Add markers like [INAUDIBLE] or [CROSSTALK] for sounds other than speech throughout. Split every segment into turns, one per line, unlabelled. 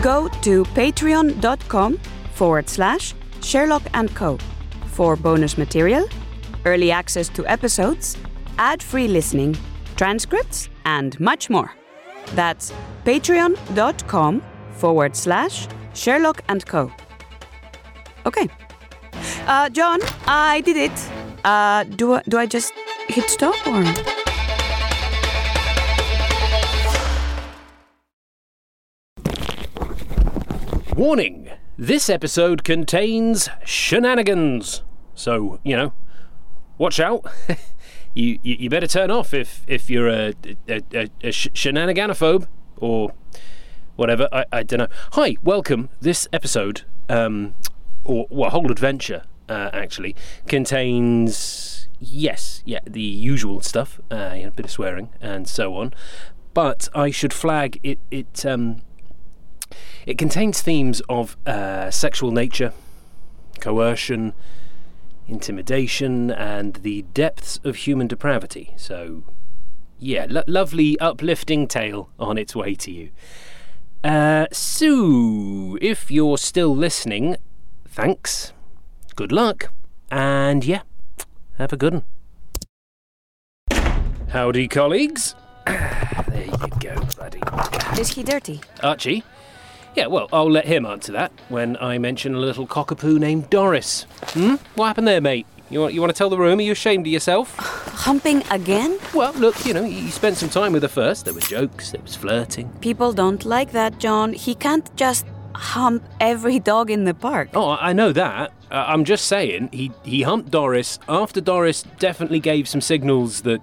Go to patreon.com forward slash Sherlock and Co. for bonus material, early access to episodes, ad free listening, transcripts, and much more. That's patreon.com forward slash Sherlock and Co. Okay. Uh, John, I did it. Uh, do, I- do I just hit stop or?
Warning this episode contains shenanigans. So, you know, watch out. [LAUGHS] you, you you better turn off if, if you're a, a, a, a sh- shenaniganophobe or whatever. I, I don't know. Hi, welcome. This episode, um, or well, whole adventure, uh, actually, contains. Yes, yeah, the usual stuff, uh, you know, a bit of swearing and so on. But I should flag it. It um, it contains themes of uh, sexual nature, coercion, intimidation, and the depths of human depravity. So, yeah, lo- lovely, uplifting tale on its way to you. Uh, so, if you're still listening, thanks, good luck, and yeah, have a good one. Howdy, colleagues. [CLEARS THROAT] there you go, buddy.
Is he dirty?
Archie? Yeah, well, I'll let him answer that when I mention a little cockapoo named Doris. Hmm? What happened there, mate? You want, you want to tell the room? Are you ashamed of yourself?
Humping again?
Well, look, you know, you spent some time with her first. There were jokes, there was flirting.
People don't like that, John. He can't just hump every dog in the park.
Oh, I I know that. Uh, I'm just saying, he, he humped Doris after Doris definitely gave some signals that,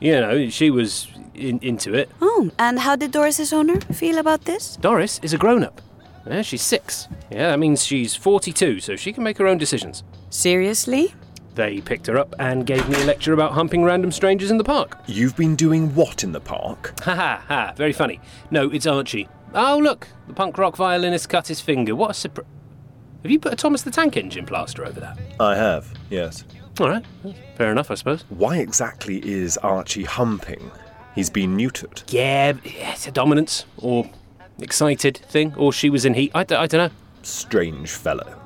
you know, she was in, into it.
Oh, and how did Doris's owner feel about this?
Doris is a grown up. Yeah, she's six. Yeah, that means she's 42, so she can make her own decisions.
Seriously?
They picked her up and gave me a lecture about humping random strangers in the park. [LAUGHS]
You've been doing what in the park?
Ha ha ha, very funny. No, it's Archie. Oh, look, the punk rock violinist cut his finger. What a surprise. Have you put a Thomas the Tank Engine plaster over that?
I have, yes.
All right, fair enough, I suppose.
Why exactly is Archie humping? He's been neutered.
Yeah, it's a dominance or excited thing, or she was in heat. I, d- I don't know.
Strange fellow.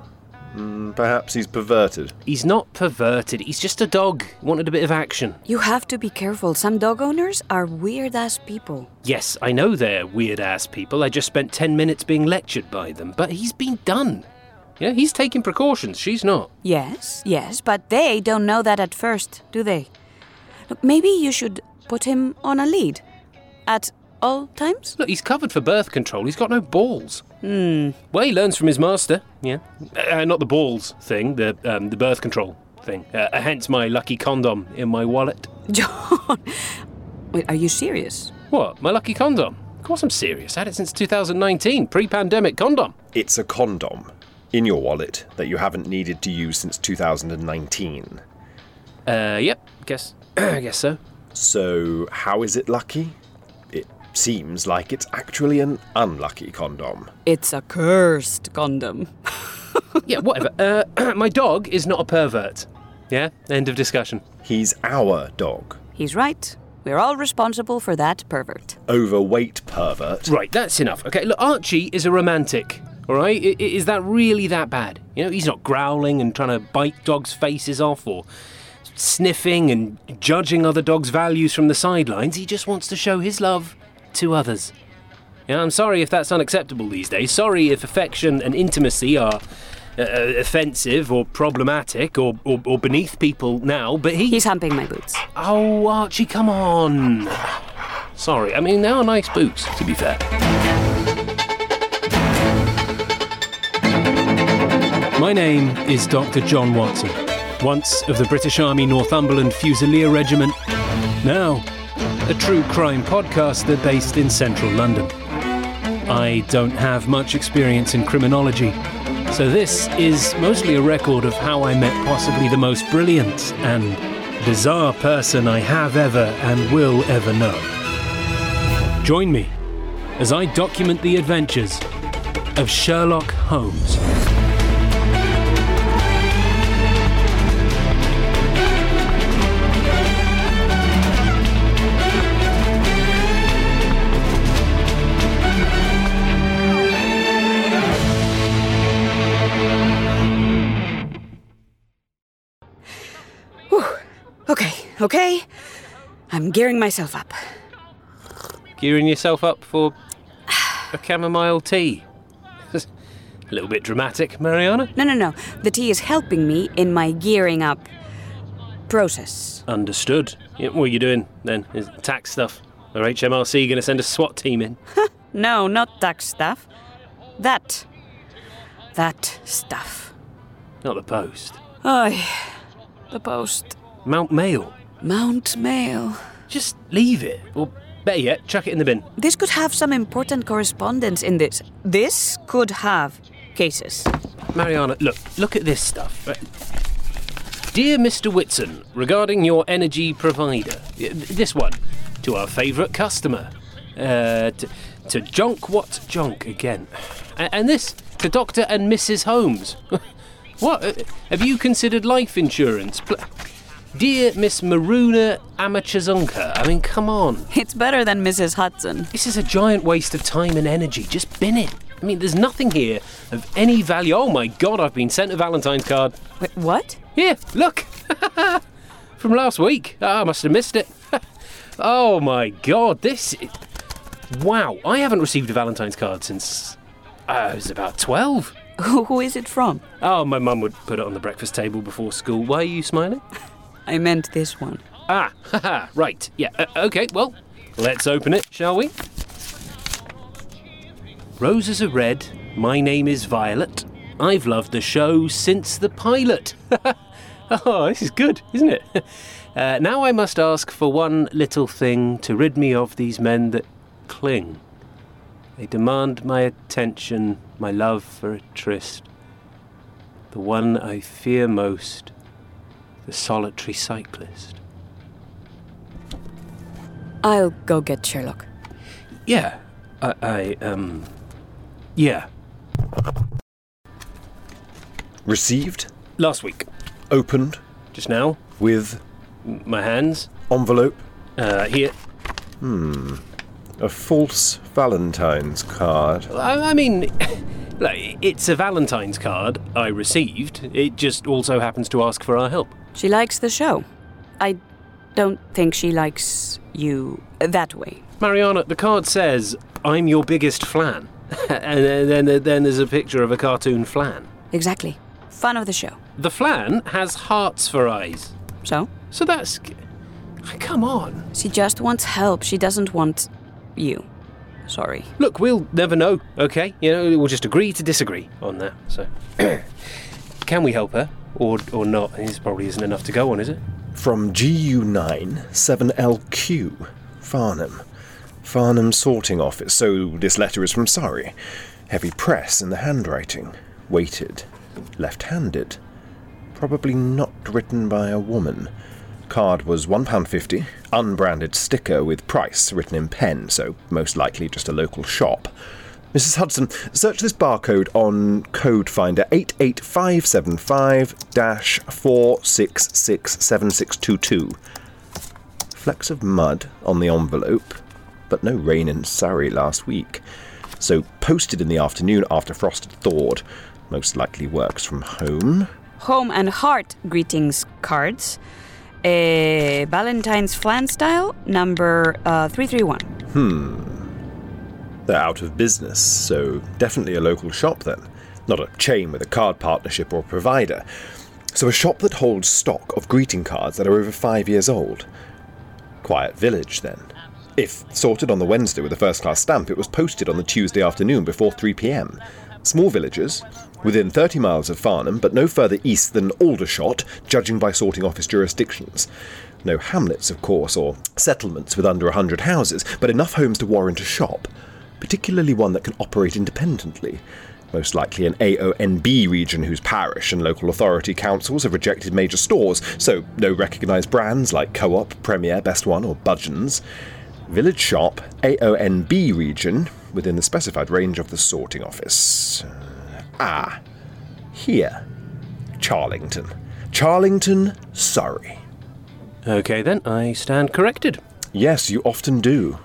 Mm, perhaps he's perverted.
He's not perverted, he's just a dog. Wanted a bit of action.
You have to be careful. Some dog owners are weird ass people.
Yes, I know they're weird ass people. I just spent 10 minutes being lectured by them, but he's been done. Yeah, he's taking precautions, she's not.
Yes, yes, but they don't know that at first, do they? Look, maybe you should put him on a lead. At all times?
Look, he's covered for birth control, he's got no balls. Hmm. Well, he learns from his master, yeah. Uh, not the balls thing, the, um, the birth control thing. Uh, hence my lucky condom in my wallet.
John! Wait, are you serious?
What? My lucky condom? Of course I'm serious. had it since 2019, pre pandemic condom.
It's a condom in your wallet that you haven't needed to use since 2019.
Uh, yep, guess, [CLEARS THROAT] guess so.
So, how is it lucky? It seems like it's actually an unlucky condom.
It's a cursed condom.
Yeah, whatever. Uh, [CLEARS THROAT] my dog is not a pervert. Yeah, end of discussion.
He's our dog.
He's right. We're all responsible for that pervert.
Overweight pervert.
Right, that's enough. Okay, look, Archie is a romantic, all right? I- I- is that really that bad? You know, he's not growling and trying to bite dogs' faces off or sniffing and judging other dogs' values from the sidelines. He just wants to show his love to others. Yeah, I'm sorry if that's unacceptable these days. Sorry if affection and intimacy are uh, uh, offensive or problematic or, or, or beneath people now, but he.
He's humping my boots.
Oh, Archie, come on. Sorry, I mean, they are nice boots, to be fair.
My name is Dr. John Watson, once of the British Army Northumberland Fusilier Regiment, now a true crime podcaster based in central London. I don't have much experience in criminology, so this is mostly a record of how I met possibly the most brilliant and bizarre person I have ever and will ever know. Join me as I document the adventures of Sherlock Holmes.
Okay, okay. I'm gearing myself up.
Gearing yourself up for a chamomile tea. [LAUGHS] a little bit dramatic, Mariana.
No, no, no. The tea is helping me in my gearing up process.
Understood. Yeah, what are you doing then? Is tax stuff? Or HMRC going to send a SWAT team in?
No, not that stuff. That. That stuff.
Not the post.
Ay, the post.
Mount Mail.
Mount Mail.
Just leave it. Or better yet, chuck it in the bin.
This could have some important correspondence in this. This could have cases.
Mariana, look, look at this stuff. Right. Dear Mr. Whitson, regarding your energy provider, y- th- this one, to our favourite customer, uh, to, to Jonk What Jonk again, A- and this to Doctor and Mrs. Holmes. [LAUGHS] what? uh, Have you considered life insurance? Pl- Dear Miss Maruna Amachazonka, I mean, come on.
It's better than Mrs. Hudson.
This is a giant waste of time and energy. Just bin it. I mean, there's nothing here of any value. Oh my god, I've been sent a Valentine's card.
Wait, what? [LAUGHS]
Here, look! [LAUGHS] From last week. Ah, I must have missed it. [LAUGHS] oh my god, this. i- Wow, I haven't received a Valentine's card since I was about 12.
Who, who is it from?
Oh, my mum would put it on the breakfast table before school. Why are you smiling?
I meant this one.
Ah, haha, right. Yeah, uh, okay, well, let's open it, shall we? Roses are red, my name is Violet. I've loved the show since the pilot. [LAUGHS] oh, this is good, isn't it? [LAUGHS] Uh, now I must ask for one little thing to rid me of these men that cling. They demand my attention, my love for a tryst. The one I fear most, the solitary cyclist.
I'll go get Sherlock.
Yeah. I, I um. Yeah.
Received,
Last week.
opened,
Just now.
with
My hands.
envelope,
Uh, here.
a false Valentine's card.
I, I mean. [LAUGHS] like, It's a Valentine's card I received. It just also happens to ask for our help.
She likes the show. I don't think she likes you that way.
Mariana, the card says, I'm your biggest flan. [LAUGHS] and then, then, then there's a picture of a cartoon flan.
Exactly. Fun of the show.
The flan has hearts for eyes.
So?
So that's. Come on.
She just wants help. She doesn't want you. Sorry.
Look, we'll never know, okay? You know, we'll just agree to disagree on that. So, [COUGHS] can we help her or or not? This probably isn't enough to go on, is it?
From GU9 7LQ, Farnham. Farnham Sorting Office. So this letter is from Surrey. Heavy press in the handwriting. Weighted. Left handed. Probably not written by a woman. Card was £1.50. Unbranded sticker with price written in pen, so most likely just a local shop. Mrs. Hudson, search this barcode on code finder 88575 4667622. Flecks of mud on the envelope, but no rain in Surrey last week. So posted in the afternoon after frost had thawed. Most likely works from home.
Home and heart greetings cards. A uh, Valentine's flan style, number uh, 331.
They're out of business, so definitely a local shop then, not a chain with a card partnership or provider. So a shop that holds stock of greeting cards that are over five years old. Quiet village then. If sorted on the Wednesday with a first class stamp, it was posted on the Tuesday afternoon before 3 pm. Small villages, within 30 miles of Farnham, but no further east than Aldershot, judging by sorting office jurisdictions. No hamlets, of course, or settlements with under 100 houses, but enough homes to warrant a shop, particularly one that can operate independently. Most likely an AONB region whose parish and local authority councils have rejected major stores, so no recognised brands like Co op, Premier, Best One, or Budgeons. Village Shop, AONB region, within the specified range of the sorting office. Uh, ah, here. Charlington. Charlington, Surrey.
Okay, then, I stand corrected. Mm,
Yes, you often do.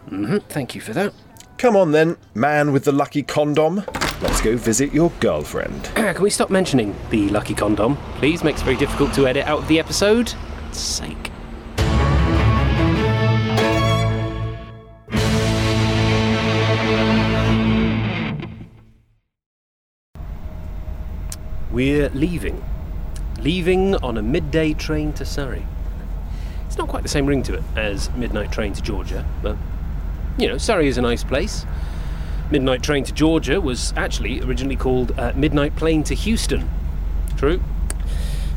Thank you for that.
Come on then, man with the lucky condom. Let's go visit your girlfriend.
[CLEARS THROAT] Can we stop mentioning the lucky condom? Please, makes it very difficult to edit out of the episode. Sake. We're leaving. Leaving on a midday train to Surrey. It's not quite the same ring to it as midnight train to Georgia, but you know, Surrey is a nice place. Midnight Train to Georgia was actually originally called uh, Midnight Plane to Houston. True.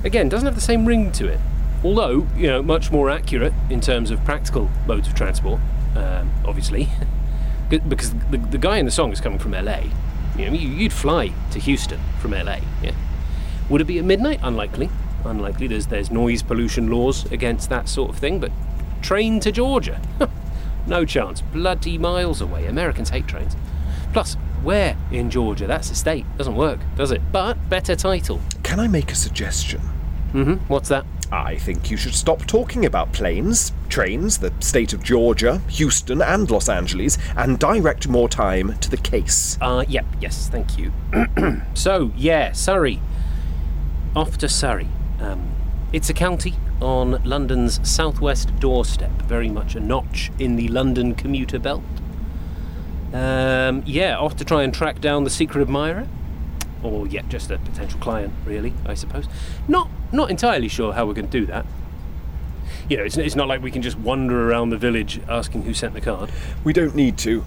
Again, doesn't have the same ring to it, although, you know, much more accurate in terms of practical modes of transport, um, obviously. [LAUGHS] Be- because the, the guy in the song is coming from LA. You know, you- you'd fly to Houston from LA, yeah. Would it be at midnight? Unlikely. Unlikely. There's, there's noise pollution laws against that sort of thing, but train to Georgia? [LAUGHS] no chance. Bloody miles away. Americans hate trains. Plus, where in Georgia? That's a state. Doesn't work, does it? But better title.
Can I make a suggestion?
hmm What's that?
I think you should stop talking about planes, trains, the state of Georgia, Houston, and Los Angeles, and direct more time to the case.
Uh, yep, yes, thank you. [CLEARS THROAT] so, yeah, Surrey. Off to Surrey. Um, it's a county on London's southwest doorstep, very much a notch in the London commuter belt. Um, yeah, off to try and track down the secret admirer, or yeah, just a potential client, really, I suppose. Not, not entirely sure how we're going to do that. You know, it's, it's not like we can just wander around the village asking who sent the card.
We don't need to.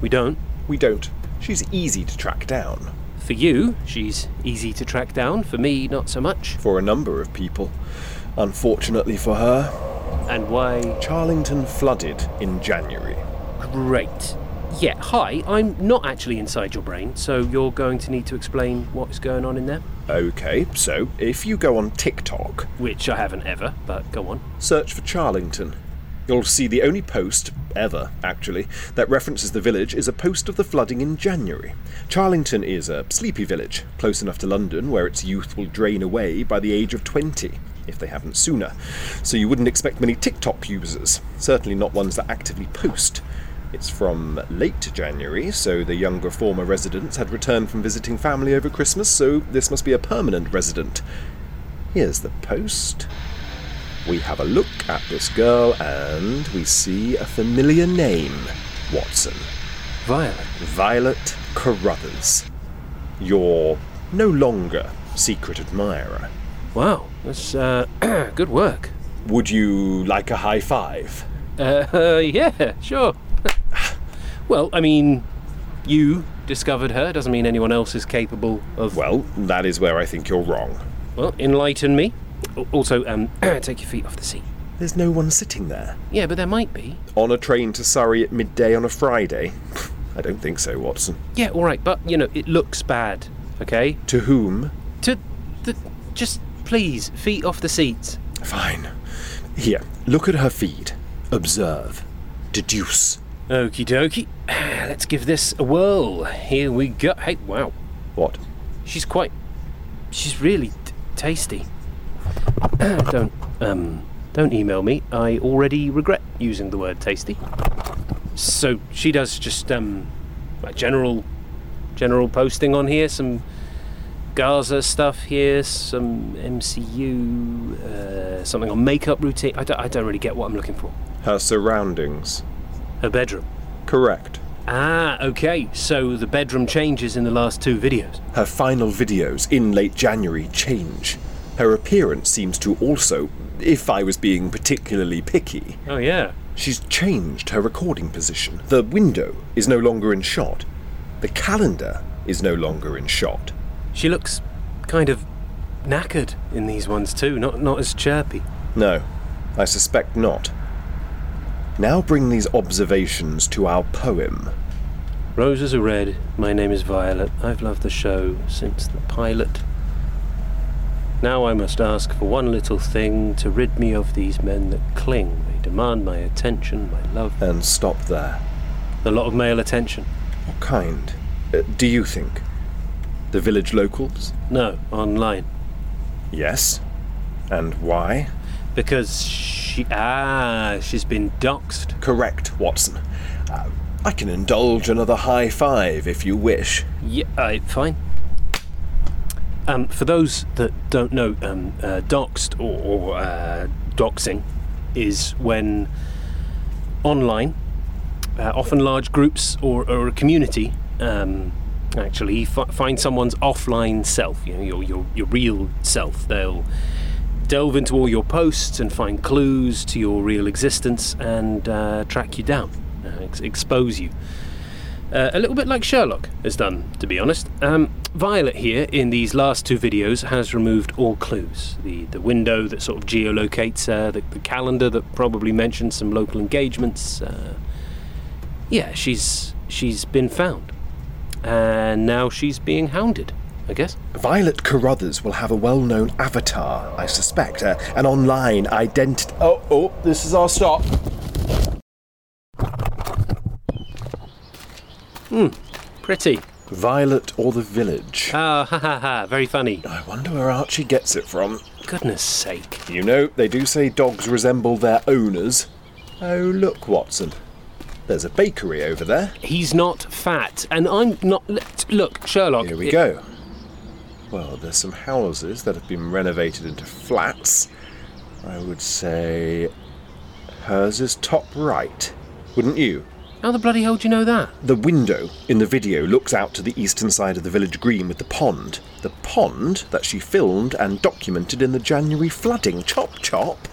We don't.
We don't. She's easy to track down.
For you, she's easy to track down. For me, not so much.
For a number of people. Unfortunately for her,
And why?
Charlington flooded in January.
Great. Yeah, hi, I'm not actually inside your brain, so you're going to need to explain what's going on in there.
Okay, so if you go on TikTok,
Which I haven't ever, but go on.
search for Charlington. You'll see the only post, ever actually, that references the village is a post of the flooding in January. Charlington is a sleepy village, close enough to London where its youth will drain away by the age of 20, if they haven't sooner. So you wouldn't expect many TikTok users, certainly not ones that actively post. It's from late January, so the younger former residents had returned from visiting family over Christmas, so this must be a permanent resident. Here's the post. We have a look at this girl and we see a familiar name Watson.
Violet.
Violet Carruthers. Your no longer secret admirer.
Wow, that's uh, [CLEARS THROAT] good work.
Would you like a high five?
Uh, uh, [LAUGHS] yeah, sure. well, I mean, you discovered her doesn't mean anyone else is capable of.
Well, that is where I think you're wrong.
Well, enlighten me. Al- Also, um, [CLEARS THROAT] take your feet off the seat.
There's no one sitting there.
Yeah, but there might be.
On a train to Surrey at midday on a Friday? I don't think so, Watson.
Yeah, all right, but you know, it looks bad. Okay,
To whom?
to the just please feet off the seats.
Fine. Here, look at her feed. Observe. Deduce.
Okie dokie. [SIGHS] Let's give this a whirl. Here we go. Hey, wow.
What?
She's quite. She's really t- tasty. [CLEARS THROAT] don't um don't email me. I already regret using the word tasty. So she does just um like general general posting on here. Some Gaza stuff here. Some MCU. Uh, something on makeup routine. I don't, I don't really get what I'm looking for.
Her surroundings.
Her bedroom.
Correct.
Ah, okay. So the bedroom changes in the last two videos.
Her final videos in late January change. Her appearance seems to also, if I was being particularly picky,
Oh, yeah.
she's changed her recording position. The window is no longer in shot. The calendar is no longer in shot.
She looks kind of knackered in these ones too, not not as chirpy.
No, I suspect not. Now bring these observations to our poem.
Roses are red, my name is Violet. I've loved the show since the pilot. Now I must ask for one little thing to rid me of these men that cling. They demand my attention, my love,
And stop there.
a lot of male attention.
What kind, uh, do you think? The village locals?
No, online.
Yes. And why?
Because she. Ah, she's been doxed.
Correct, Watson. Uh, I can indulge another high five if you wish.
Yeah, uh, fine. Um, for those that don't know, um, uh, doxed or, or uh, doxing is when online, uh, often large groups or, or a community, um, actually fi- find someone's offline self, you know, your, your your real self. They'll delve into all your posts and find clues to your real existence and uh, track you down, uh, ex- expose you uh, a little bit like Sherlock has done, to be honest. Um, Violet here in these last two videos has removed all clues. The the window that sort of geolocates her, the, the calendar that probably mentions some local engagements. Uh, yeah, she's she's been found, and now she's being hounded. I guess.
Violet Carruthers will have a well known avatar, I suspect, uh, an online identity. Oh, oh, this is our stop.
Pretty.
Violet or the village?
Ah, ha ha ha! Very funny.
I wonder where Archie gets it from.
Goodness sake.
You know, they do say dogs resemble their owners. Oh, look, Watson. There's a bakery over there.
He's not fat, and I'm not. Look, Sherlock.
Here we
it-
go. Well, there's some houses that have been renovated into flats. I would say hers is top right, wouldn't you?
How the bloody hell do you know that?
The window in the video looks out to the eastern side of the village green with the pond. The pond that she filmed and documented in the January flooding. Chop chop.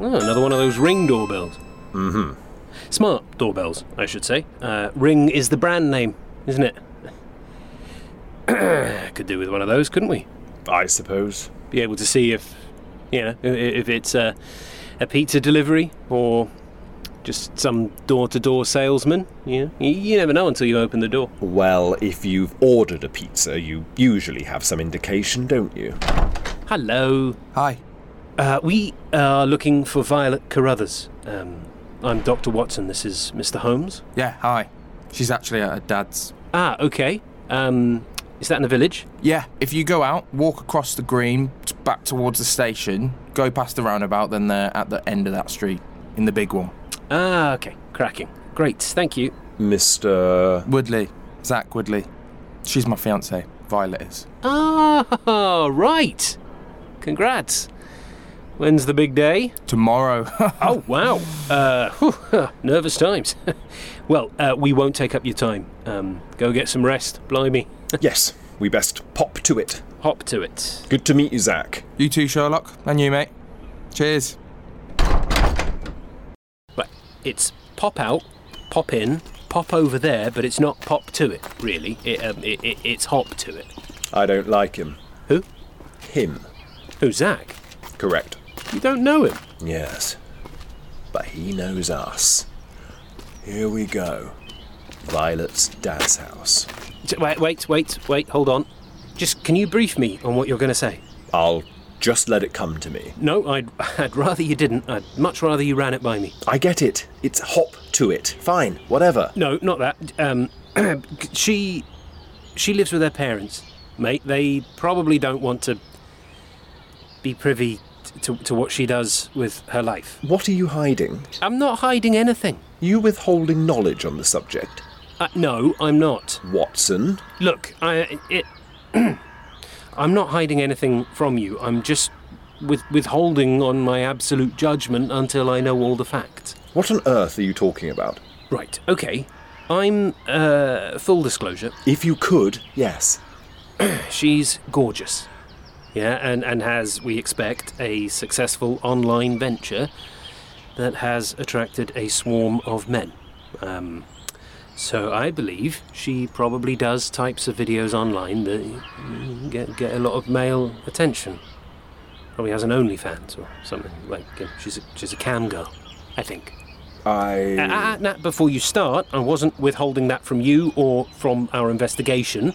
Oh, another one of those ring doorbells. Mm-hmm. Smart doorbells, I should say. Uh, ring is the brand name, isn't it? [CLEARS THROAT] Could do with one of those, couldn't we?
I suppose.
Be able to see if, you know, i- i- if it's a, a pizza delivery or just some door-to-door salesman. You know, you, you never know until you open the door.
Well, if you've ordered a pizza, you usually have some indication, don't you?
Hello.
Hi.
Uh, we are looking for Violet Carruthers. Um, I'm Dr. Watson. This is Mr. Holmes.
Yeah, hi. She's actually at her dad's.
Ah, okay. Um, is that in the village?
Yeah, if you go out, walk across the green, t- back towards the station, go past the roundabout, then they're at the end of that street in the big one.
Ah, okay. Cracking. Great. Thank you.
[LAUGHS]
Mr.
Woodley, Zach Woodley. She's my fiance. Violet is.
Ah, right. Congrats. When's the big day?
Tomorrow. [LAUGHS]
Oh, wow. Uh, whew, nervous times. [LAUGHS] well, uh, we won't take up your time. Um, go get some rest. Blimey.
yes, we best pop to it.
Hop to it.
Good to meet you, Zach.
you too, Sherlock. And you, mate. Cheers.
Right. It's pop out, pop in, pop over there, but it's not pop to it, really. It, um, it, it, it's hop to it.
I don't like him.
Who?
Him.
Who, Zach?
Correct.
You don't know him.
Yes. But he knows us. Here we go. Violet's dad's house.
J- Wait, wait, wait, wait. Hold on. Just can you brief me on what you're going to say?
I'll just let it come to me.
No, I'd, [LAUGHS] I'd rather you didn't. I'd much rather you ran it by me.
I get it. It's hop to it. Fine, whatever.
No, not that. Um, [CLEARS THROAT] she, she lives with her parents, mate. They probably don't want to be privy t- to, to what she does with her life.
What are you hiding?
I'm not hiding anything.
You withholding knowledge on the subject.
Uh, no, I'm not.
Watson,
[CLEARS THROAT] Look, I, it, I'm not hiding anything from you. I'm just with withholding on my absolute judgment until I know all the facts.
What on earth are you talking about?
Right, okay. I'm, uh, full disclosure,
If you could, yes.
she's gorgeous. Yeah, and, and has, we expect, a successful online venture that has attracted a swarm of men. Um, so I believe she probably does types of videos online that mm, get, get a lot of male attention. Probably has an OnlyFans or something. Like, uh, she's a, she's a cam girl, I think.
I.
Uh, uh, uh, Nat, before you start, I wasn't withholding that from you or from our investigation.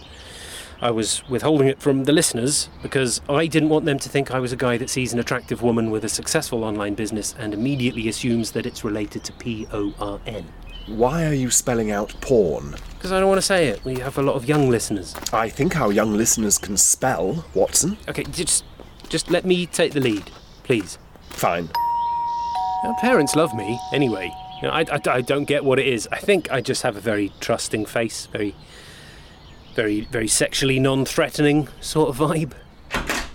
I was withholding it from the listeners because I didn't want them to think I was a guy that sees an attractive woman with a successful online business and immediately assumes that it's related to P O R N.
Why are you spelling out porn?
Because I don't want to say it. We have a lot of young listeners.
I think our young listeners can spell, Watson.
Okay, just, just let me take the lead, please.
Fine.
Our Uh, parents love me, anyway. You know, I, I, I don't get what it is. I think I just have a very trusting face, very, very, very sexually non threatening sort of vibe.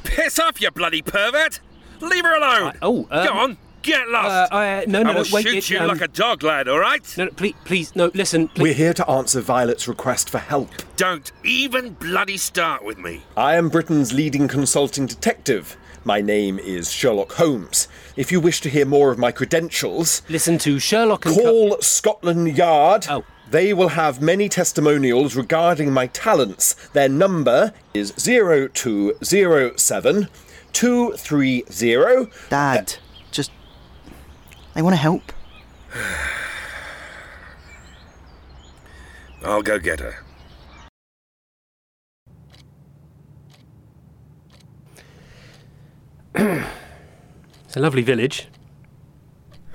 Piss off, you bloody pervert! Leave her alone!
I- oh, um,
Go on, get
Uh,
lost!
I, uh, no, no,
I will
no, wait,
shoot
it,
you
um,
like a dog, lad, alright?
No, no, please, please, no, listen. Please.
We're here to answer Violet's request for help.
Don't even bloody start with me.
I am Britain's leading consulting detective. My name is Sherlock Holmes. If you wish to hear more of my credentials,
Listen to Sherlock and Co-
call Scotland Yard.
Oh.
They will have many testimonials regarding my talents. Their number is 0207 230.
Dad, just. I want to help.
I'll go get her.
It's a lovely village.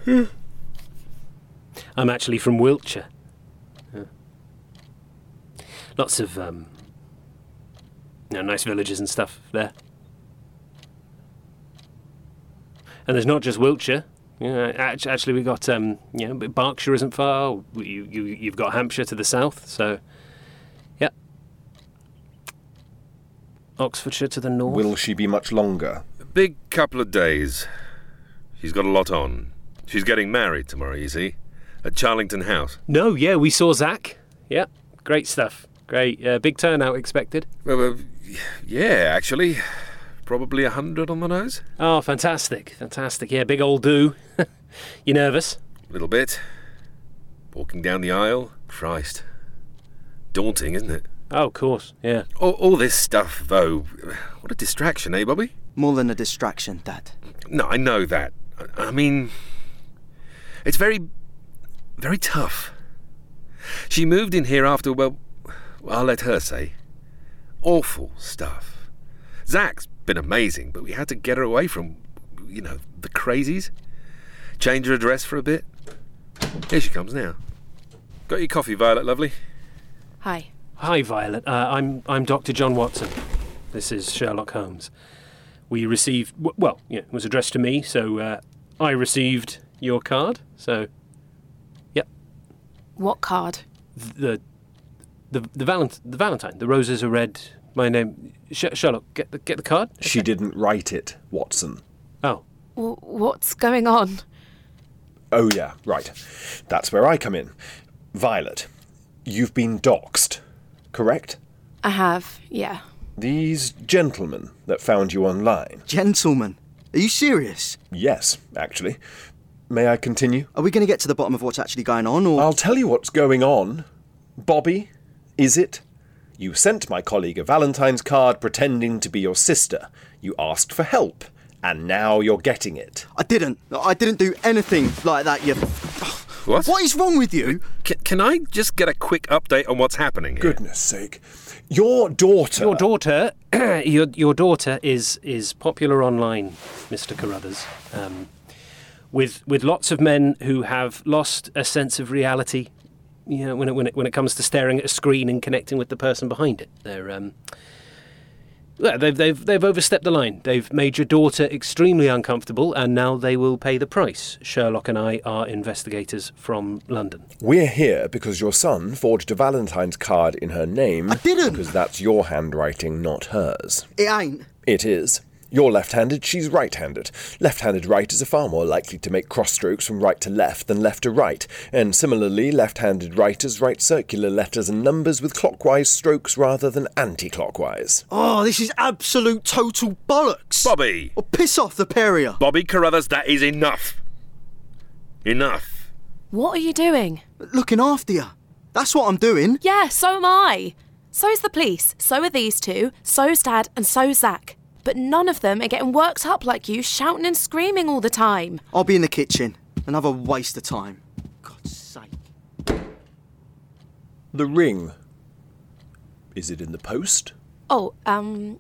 I'm actually from Wiltshire. Yeah. Lots of um, you know, nice villages and stuff there. And there's not just Wiltshire. Yeah, act- actually, we got um, you know, but Berkshire isn't far. You, you, you've got Hampshire to the south, so yeah. Oxfordshire to the north.
Will she be much longer?
A big couple of days. She's got a lot on. She's getting married tomorrow, you see, at Charlington House.
No, yeah, we saw Zach. Yeah, great stuff. Great, uh, big turnout expected.
Well, well, y- yeah, actually, probably a hundred on the nose.
Oh, fantastic, fantastic. Yeah, big old do. [LAUGHS] you nervous?
A little bit. Walking down the aisle, Christ, daunting, isn't it?
Oh, of course. Yeah.
All, all this stuff, though, what a distraction, eh, Bobby?
More than a distraction, Dad.
No, I know that. I- I mean, it's very, very tough. She moved in here after, well, I'll let her say, awful stuff. Zach's been amazing, but we had to get her away from, you know, the crazies. Change her address for a bit. Here she comes now. Got your coffee, Violet, lovely?
Hi.
Hi, Violet. Uh, I'm I'm Dr. John Watson. This is Sherlock Holmes. We received. w- Well, yeah, it was addressed to me, so uh, I received your card. So, yep,
What card?
the the the, valent- the Valentine. The roses are red. My name, Sh- Sherlock. Get the get the card.
She didn't write it, Watson.
Oh,
W- what's going on?
Oh, yeah, right. That's where I come in. Violet, you've been doxxed, correct?
I have, yeah.
These gentlemen that found you online.
Gentlemen, are you serious?
Yes, actually. May I continue?
Are we going to get to the bottom of what's actually going on, or.
I'll tell you what's going on. Bobby, is it? You sent my colleague a Valentine's card pretending to be your sister. You asked for help, and now you're getting it.
I didn't. I didn't do anything like that, you.
What?
What is wrong with you?
Can, can I just get a quick update on what's happening here?
Goodness sake. Your daughter.
Your daughter, [CLEARS THROAT] your your daughter is is popular online, Mr. Carruthers, um, with with lots of men who have lost a sense of reality. You know, when it, when it when it comes to staring at a screen and connecting with the person behind it, they're um, yeah, they've they've they've overstepped the line. They've made your daughter extremely uncomfortable, and now they will pay the price. Sherlock and I are investigators from London.
We're here because your son forged a Valentine's card in her name.
I didn't.
Because that's your handwriting, not hers.
It ain't.
It is. You're left handed, she's right handed. Left handed writers are far more likely to make cross strokes from right to left than left to right, and similarly, left handed writers write circular letters and numbers with clockwise strokes rather than anti clockwise.
Oh, this is absolute total bollocks.
Bobby!
Well, piss off the Perrier.
Bobby Carruthers, that is enough. Enough.
What are you doing?
Looking after you. That's what I'm doing.
Yeah, so am I. So's the police, so are these two, so's Dad, and so's Zach. But none of them are getting worked up like you, shouting and screaming all the time.
I'll be in the kitchen. Another waste of time. God's sake.
The ring. Is it in the post?
Oh, um,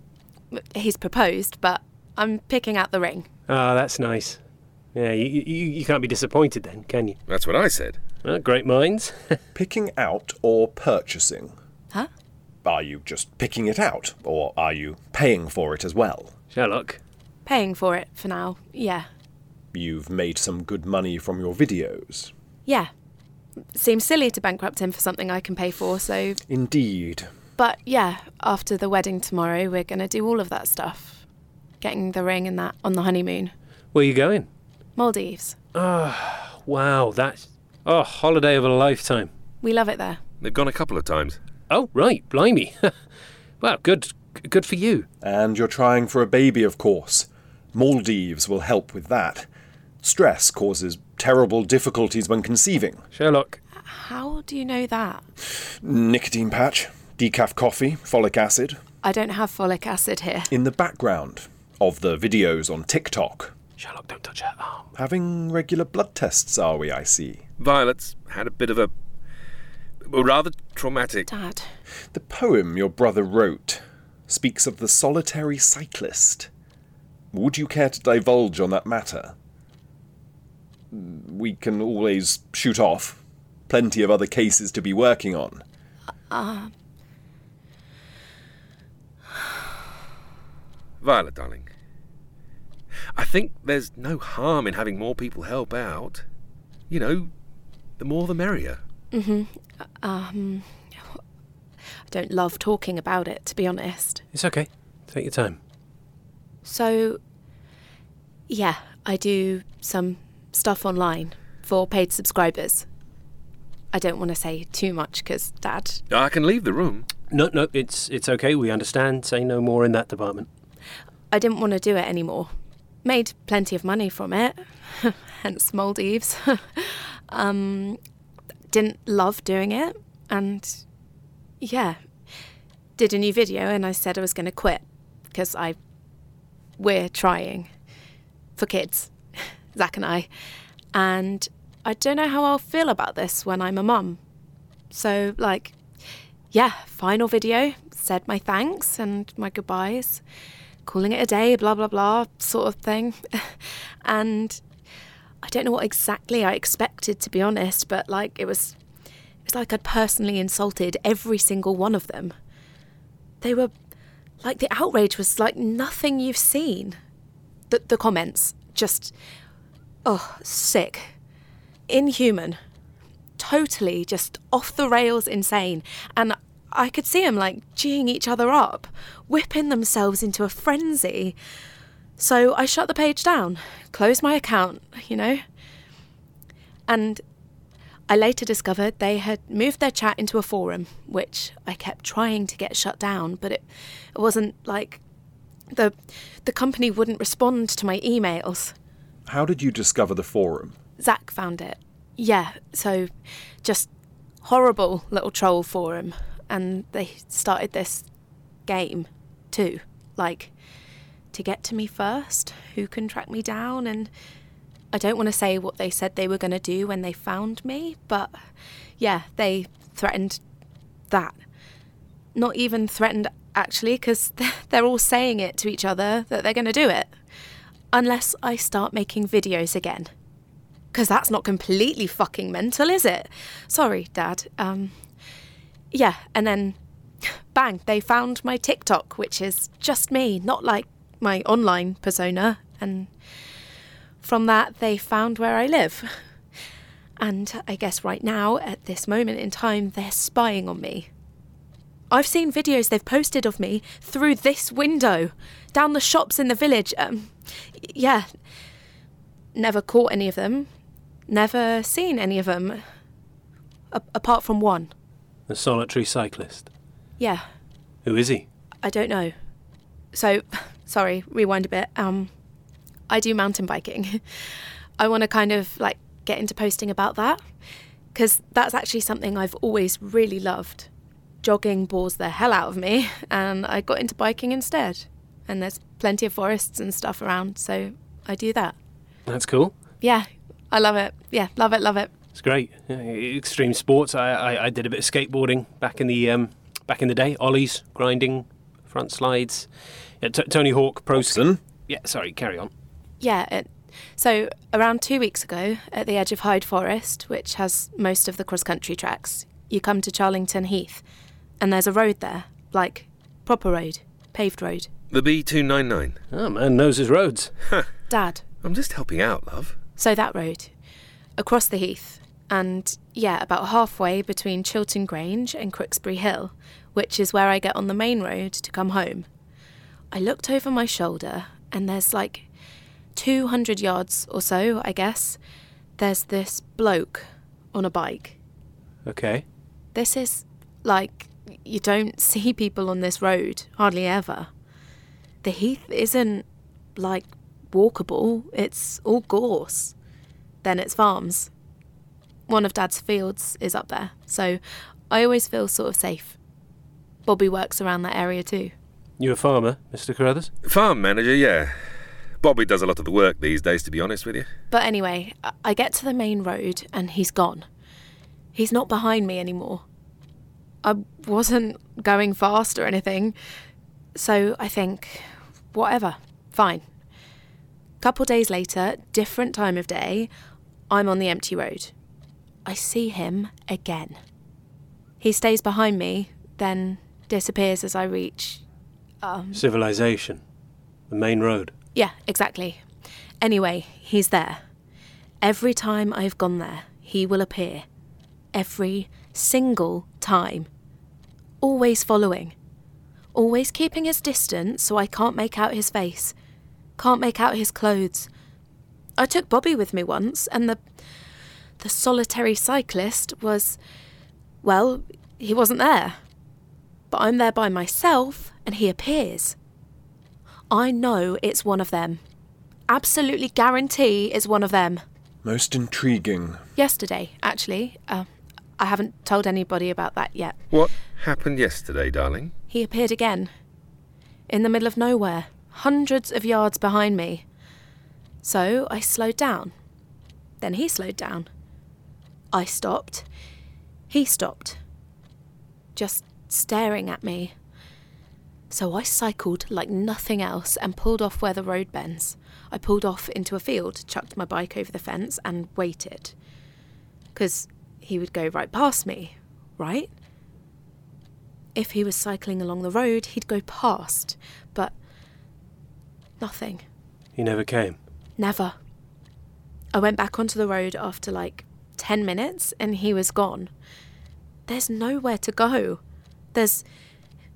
he's proposed, but I'm picking out the ring.
Ah, that's nice. Yeah, you, you, you can't be disappointed then, can you?
That's what I said.
Well, Ah, great minds. [LAUGHS]
Picking out or purchasing?
Huh?
Are you just picking it out, or are you paying for it as well?
Sherlock.
Paying for it for now. Yeah.
You've made some good money from your videos.
Yeah. Seems silly to bankrupt him for something I can pay for, so.
Indeed.
But yeah, after the wedding tomorrow, we're going to do all of that stuff. Getting the ring and that on the honeymoon.
Where are you going? Ah,
Maldives.
Wow, that's. Oh, holiday of a lifetime.
We love it there.
They've gone a couple of times.
Oh, right, blimey. [LAUGHS] well, good, good for you.
And you're trying for a baby, of course. Maldives will help with that. Stress causes terrible difficulties when conceiving.
Sherlock.
How do you know that?
Nicotine patch, decaf coffee, folic acid,
I don't have folic acid here.
in the background of the videos on TikTok.
Sherlock, don't touch her arm.
Having regular blood tests, are we, I see?
Violet's had a bit of a. well, rather traumatic.
Dad.
The poem your brother wrote speaks of the solitary cyclist. Would you care to divulge on that matter? We can always shoot off. Plenty of other cases to be working on.
Violet, darling. I think there's no harm in having more people help out. You know, the more the merrier.
I don't love talking about it, to be honest.
It's okay. Take your time.
So, yeah, I do some stuff online for paid subscribers. I don't want to say too much because Dad.
I can leave the room.
No, no, it's it's okay. We understand. Say no more in that department.
I didn't want to do it anymore. Made plenty of money from it, hence Maldives. um, didn't love doing it, and yeah, did a new video, and I said I was going to quit because I we're trying for kids, Zach and I, and I don't know how I'll feel about this when I'm a mum. So like, yeah, final video said my thanks and my goodbyes calling it a day, blah, blah, blah, sort of thing. and I don't know what exactly I expected, to be honest, but like it was, it's like I'd personally insulted every single one of them. They were, like, the outrage was like nothing you've seen. The, the comments, just, oh, sick, inhuman, totally just off the rails insane. And I could see them like geeing each other up, whipping themselves into a frenzy. So I shut the page down, closed my account, you know. And I later discovered they had moved their chat into a forum, which I kept trying to get shut down, but it, it wasn't like the the company wouldn't respond to my emails.
How did you discover the forum?
Zach found it. Yeah, so just horrible little troll for him. And they started this game too. Like, to get to me first, who can track me down? And I don't want to say what they said they were going to do when they found me, but yeah, they threatened that. Not even threatened, actually, because [LAUGHS] they're all saying it to each other that they're going to do it. Unless I start making videos again. Because that's not completely fucking mental, is it? Sorry, Dad. Um, yeah, and then bang, they found my TikTok, which is just me, not like my online persona. And from that, they found where I live. And I guess right now, at this moment in time, they're spying on me.
I've seen videos they've posted of me through this window, down the shops in the village. Um, y- yeah. Never caught any of them. Never seen any of them. A- apart from one.
The solitary cyclist.
Yeah.
Who is he?
I don't know. So, sorry, rewind a bit. Um, I do mountain biking. I want to kind of like get into posting about that because that's actually something I've always really loved. Jogging bores the hell out of me, and I got into biking instead. And there's plenty of forests and stuff around, so I do that.
That's cool.
Yeah, I love it. Yeah, love it, love it.
It's great. Yeah, Extreme sports. I, I, I did a bit of skateboarding back in the um, back in the day. Ollies, grinding, front slides. Yeah, T- Tony Hawk, pro. sk-
Watson?
Yeah, sorry, carry on.
Yeah. It, so around two weeks ago, at the edge of Hyde Forest, which has most of the cross country tracks, you come to Charlington Heath, and there's a road there, like proper road, paved road.
The B299.
Oh man, knows his roads.
Dad,
I'm just helping out, love.
so that road, across the heath, and yeah, about halfway between Chiltern Grange and Crooksbury Hill, which is where I get on the main road to come home. I looked over my shoulder, and there's like 200 yards or so, I guess. There's this bloke on a bike.
Okay.
This is like you don't see people on this road hardly ever. The heath isn't like walkable, it's all gorse. Then it's farms. One of Dad's fields is up there, so I always feel sort of safe. Bobby works around that area too.
You a farmer, Mr. Carruthers?
Farm manager, yeah. Bobby does a lot of the work these days, to be honest with you.
But anyway, I- I get to the main road and he's gone. He's not behind me anymore. I wasn't going fast or anything, so I think, whatever, fine. Couple days later, different time of day, I'm on the empty road. I see him again. He stays behind me, then disappears as I reach
Civilization. The main road.
Yeah, exactly. Anyway, he's there. Every time I've gone there, he will appear. Every single time. Always following. Always keeping his distance so I can't make out his face. Can't make out his clothes. I took Bobby with me once, and the. the solitary cyclist was. well, he wasn't there. But I'm there by myself, and he appears. I know it's one of them. Absolutely guarantee it's one of them.
Most intriguing.
Yesterday, actually. Uh, I haven't told anybody about that yet.
What happened yesterday, darling?
He appeared again. In the middle of nowhere, hundreds of yards behind me. So I slowed down. Then he slowed down. I stopped. He stopped. Just staring at me. So I cycled like nothing else and pulled off where the road bends. I pulled off into a field, chucked my bike over the fence, and waited. Because he would go right past me, right? if he was cycling along the road, he'd go past, but nothing.
He never came. [CLEARS THROAT]
Never. I went back onto the road after like 10 minutes and he was gone. There's nowhere to go. There's.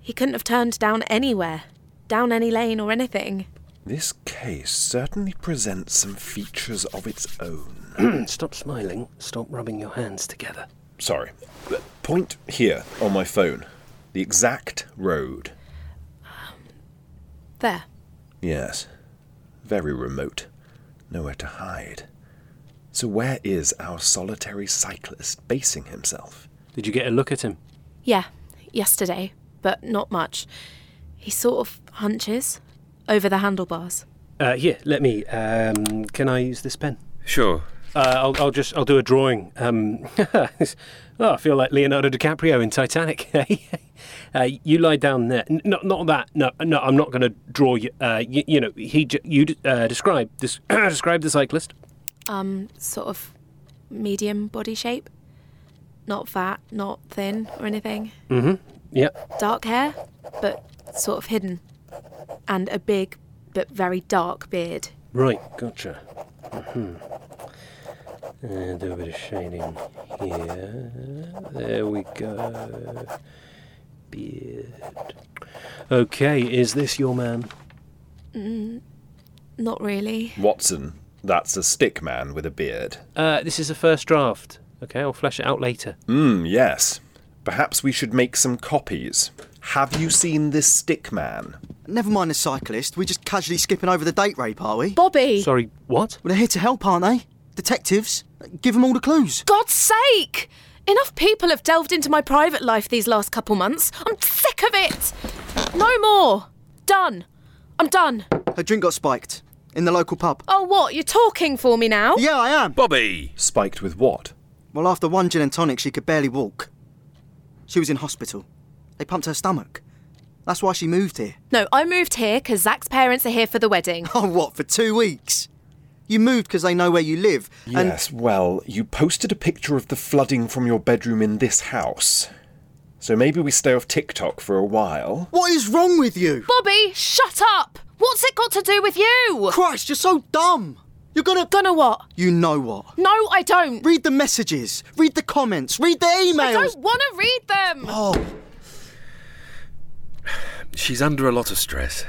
He couldn't have turned down anywhere, down any lane or anything.
This case certainly presents some features of its own.
Stop smiling. Stop rubbing your hands together.
Sorry. Point here on my phone. The exact road.
There.
Yes. Very remote. Nowhere to hide. So, where is our solitary cyclist basing himself?
Did you get a look at him?
Yeah, yesterday, but not much. He sort of hunches over the handlebars.
Uh, yeah, let me. Um, can I use this pen?
Sure.
Uh, I'll, I'll just I'll do a drawing. Um, [LAUGHS] oh, I feel like Leonardo DiCaprio in Titanic. [LAUGHS] eh? uh, you lie down there. N- not not that. No, no. I'm not going to draw you. Uh, you, you know, he j- you d- uh, describe des- [CLEARS THROAT] describe the cyclist.
um, sort of medium body shape. Not fat, not thin or anything.
Mm-hmm. Yeah,
Dark hair, but sort of hidden. And a big but very dark beard.
right. Gotcha. hmm Uh, do a bit of shading here. There we go. beard. Okay, is this your man?
Mm, not really.
Watson, that's a stick man with a beard.
Uh, this is a first draft. Okay, I'll flesh it out later.
Mmm, yes. Perhaps we should make some copies. Have you seen this stick man?
Never mind the cyclist, we're just casually skipping over the date rape, are we?
Bobby!
Sorry, what?
Well, they're here to help, aren't they? Detectives. Give them all the clues.
God's sake! Enough people have delved into my private life these last couple months. I'm sick of it! No more! Done. I'm done.
Her drink got spiked. In the local pub.
Oh, what? You're talking for me now?
Yeah, I am.
Bobby!
Spiked with what?
Well, after one gin and tonic, she could barely walk. She was in hospital. They pumped her stomach. That's why she moved here.
No, I moved here because Zach's parents are here for the wedding.
[LAUGHS] Oh, what, for two weeks? You moved because they know where you live. And
Yes, well, you posted a picture of the flooding from your bedroom in this house. So maybe we stay off TikTok for a while.
what is wrong with you?
Bobby, shut up! What's it got to do with you?
Christ, you're so dumb. You're gonna.
Gonna what?
You know what?
No, I don't.
Read the messages. Read the comments. Read the emails.
I don't want to read them.
Oh,
She's under a lot of stress.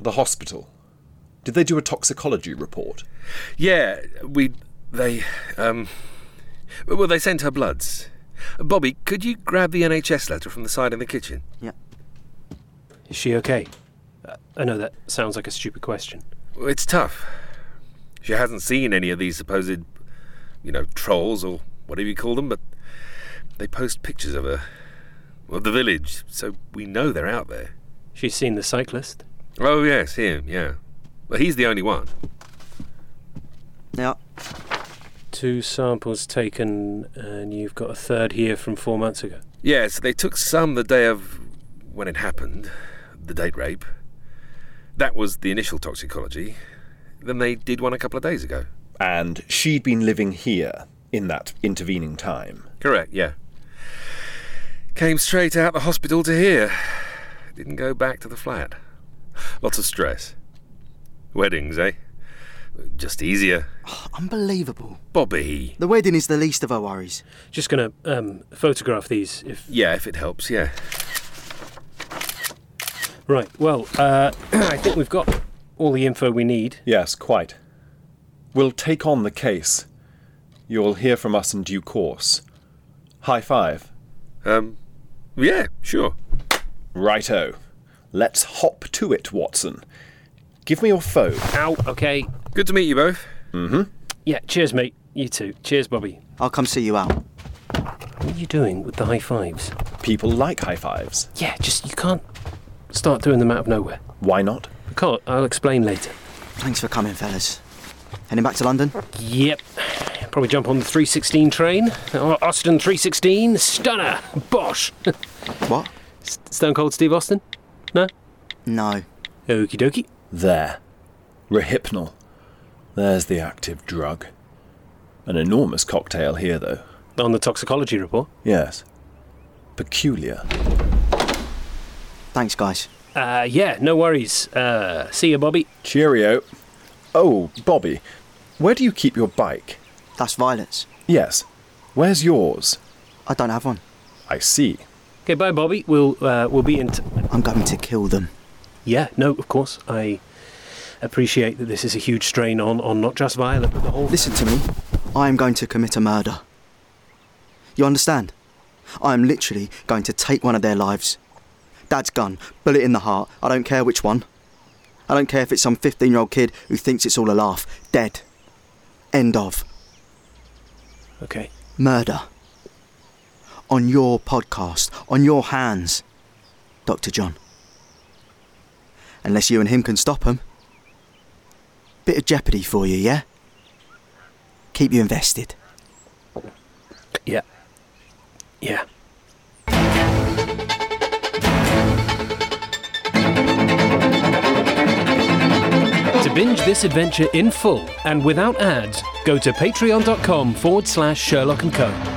The hospital. Did they do a toxicology report?
Yeah, we. They. Um. Well, they sent her bloods. Bobby, could you grab the NHS letter from the side in the kitchen?
yeah.
Is she okay? Uh, I know that sounds like a stupid question.
Well, It's tough. She hasn't seen any of these supposed, you know, trolls or whatever you call them, but they post pictures of her. Of the village, so we know they're out there.
She's seen the cyclist.
Oh, yes, him, yeah. Well, he's the only one.
Now,
Two samples taken, and you've got a third here from four months ago.
Yeah, so they took some the day of when it happened, the date rape. That was the initial toxicology. Then they did one a couple of days ago.
And she'd been living here in that intervening time.
Correct, yeah. Came straight out the hospital to here. Didn't go back to the flat. Lots of stress. Weddings, eh? Just easier.
unbelievable.
Bobby.
The wedding is the least of her worries.
Just gonna um, photograph these. If
Yeah, if it helps, yeah.
right, well, uh, [CLEARS THROAT] I think we've got all the info we need.
Yes, quite. We'll take on the case. You'll hear from us in due course. High five.
Um, yeah, sure.
Righto. Let's hop to it, Watson. Give me your phone.
Ow. Okay.
Good to meet you both.
Yeah. Cheers, mate. You too. Cheers, Bobby.
I'll come see you out.
What are you doing with the high fives?
People like high fives.
Yeah, just you can't start doing them out of nowhere.
Why not?
I can't. I'll explain later.
Thanks for coming, fellas. Heading back to London?
Yep. Probably jump on the 316 train. Oh, Austin 316 stunner. Bosh. [LAUGHS]
What?
S- Stone Cold Steve Austin. No.
No.
Okie dokie.
There. Rehypnol. There's the active drug. An enormous cocktail here, though.
On the toxicology report.
Yes. Peculiar.
Thanks, guys.
Uh, yeah. No worries. Uh, see you, Bobby.
Cheerio. Oh, Bobby, where do you keep your bike?
That's violence.
Yes. Where's yours?
I don't have one.
I see.
Okay. Bye, Bobby. We'll uh, we'll be in. T-
I'm going to kill them.
Yeah, no, of course. I appreciate that this is a huge strain on, on not just Violet, but the whole.
Listen to me. I am going to commit a murder. You understand? I am literally going to take one of their lives. Dad's gun, bullet in the heart, I don't care which one. I don't care if it's some 15 year old kid who thinks it's all a laugh. Dead. End of.
Okay.
Murder. On your podcast, on your hands, Dr. John. Unless you and him can stop him. Bit of jeopardy for you, yeah? Keep you invested.
Yeah. Yeah. To binge this adventure in full and without ads, go to patreon.com forward slash Sherlock and Co.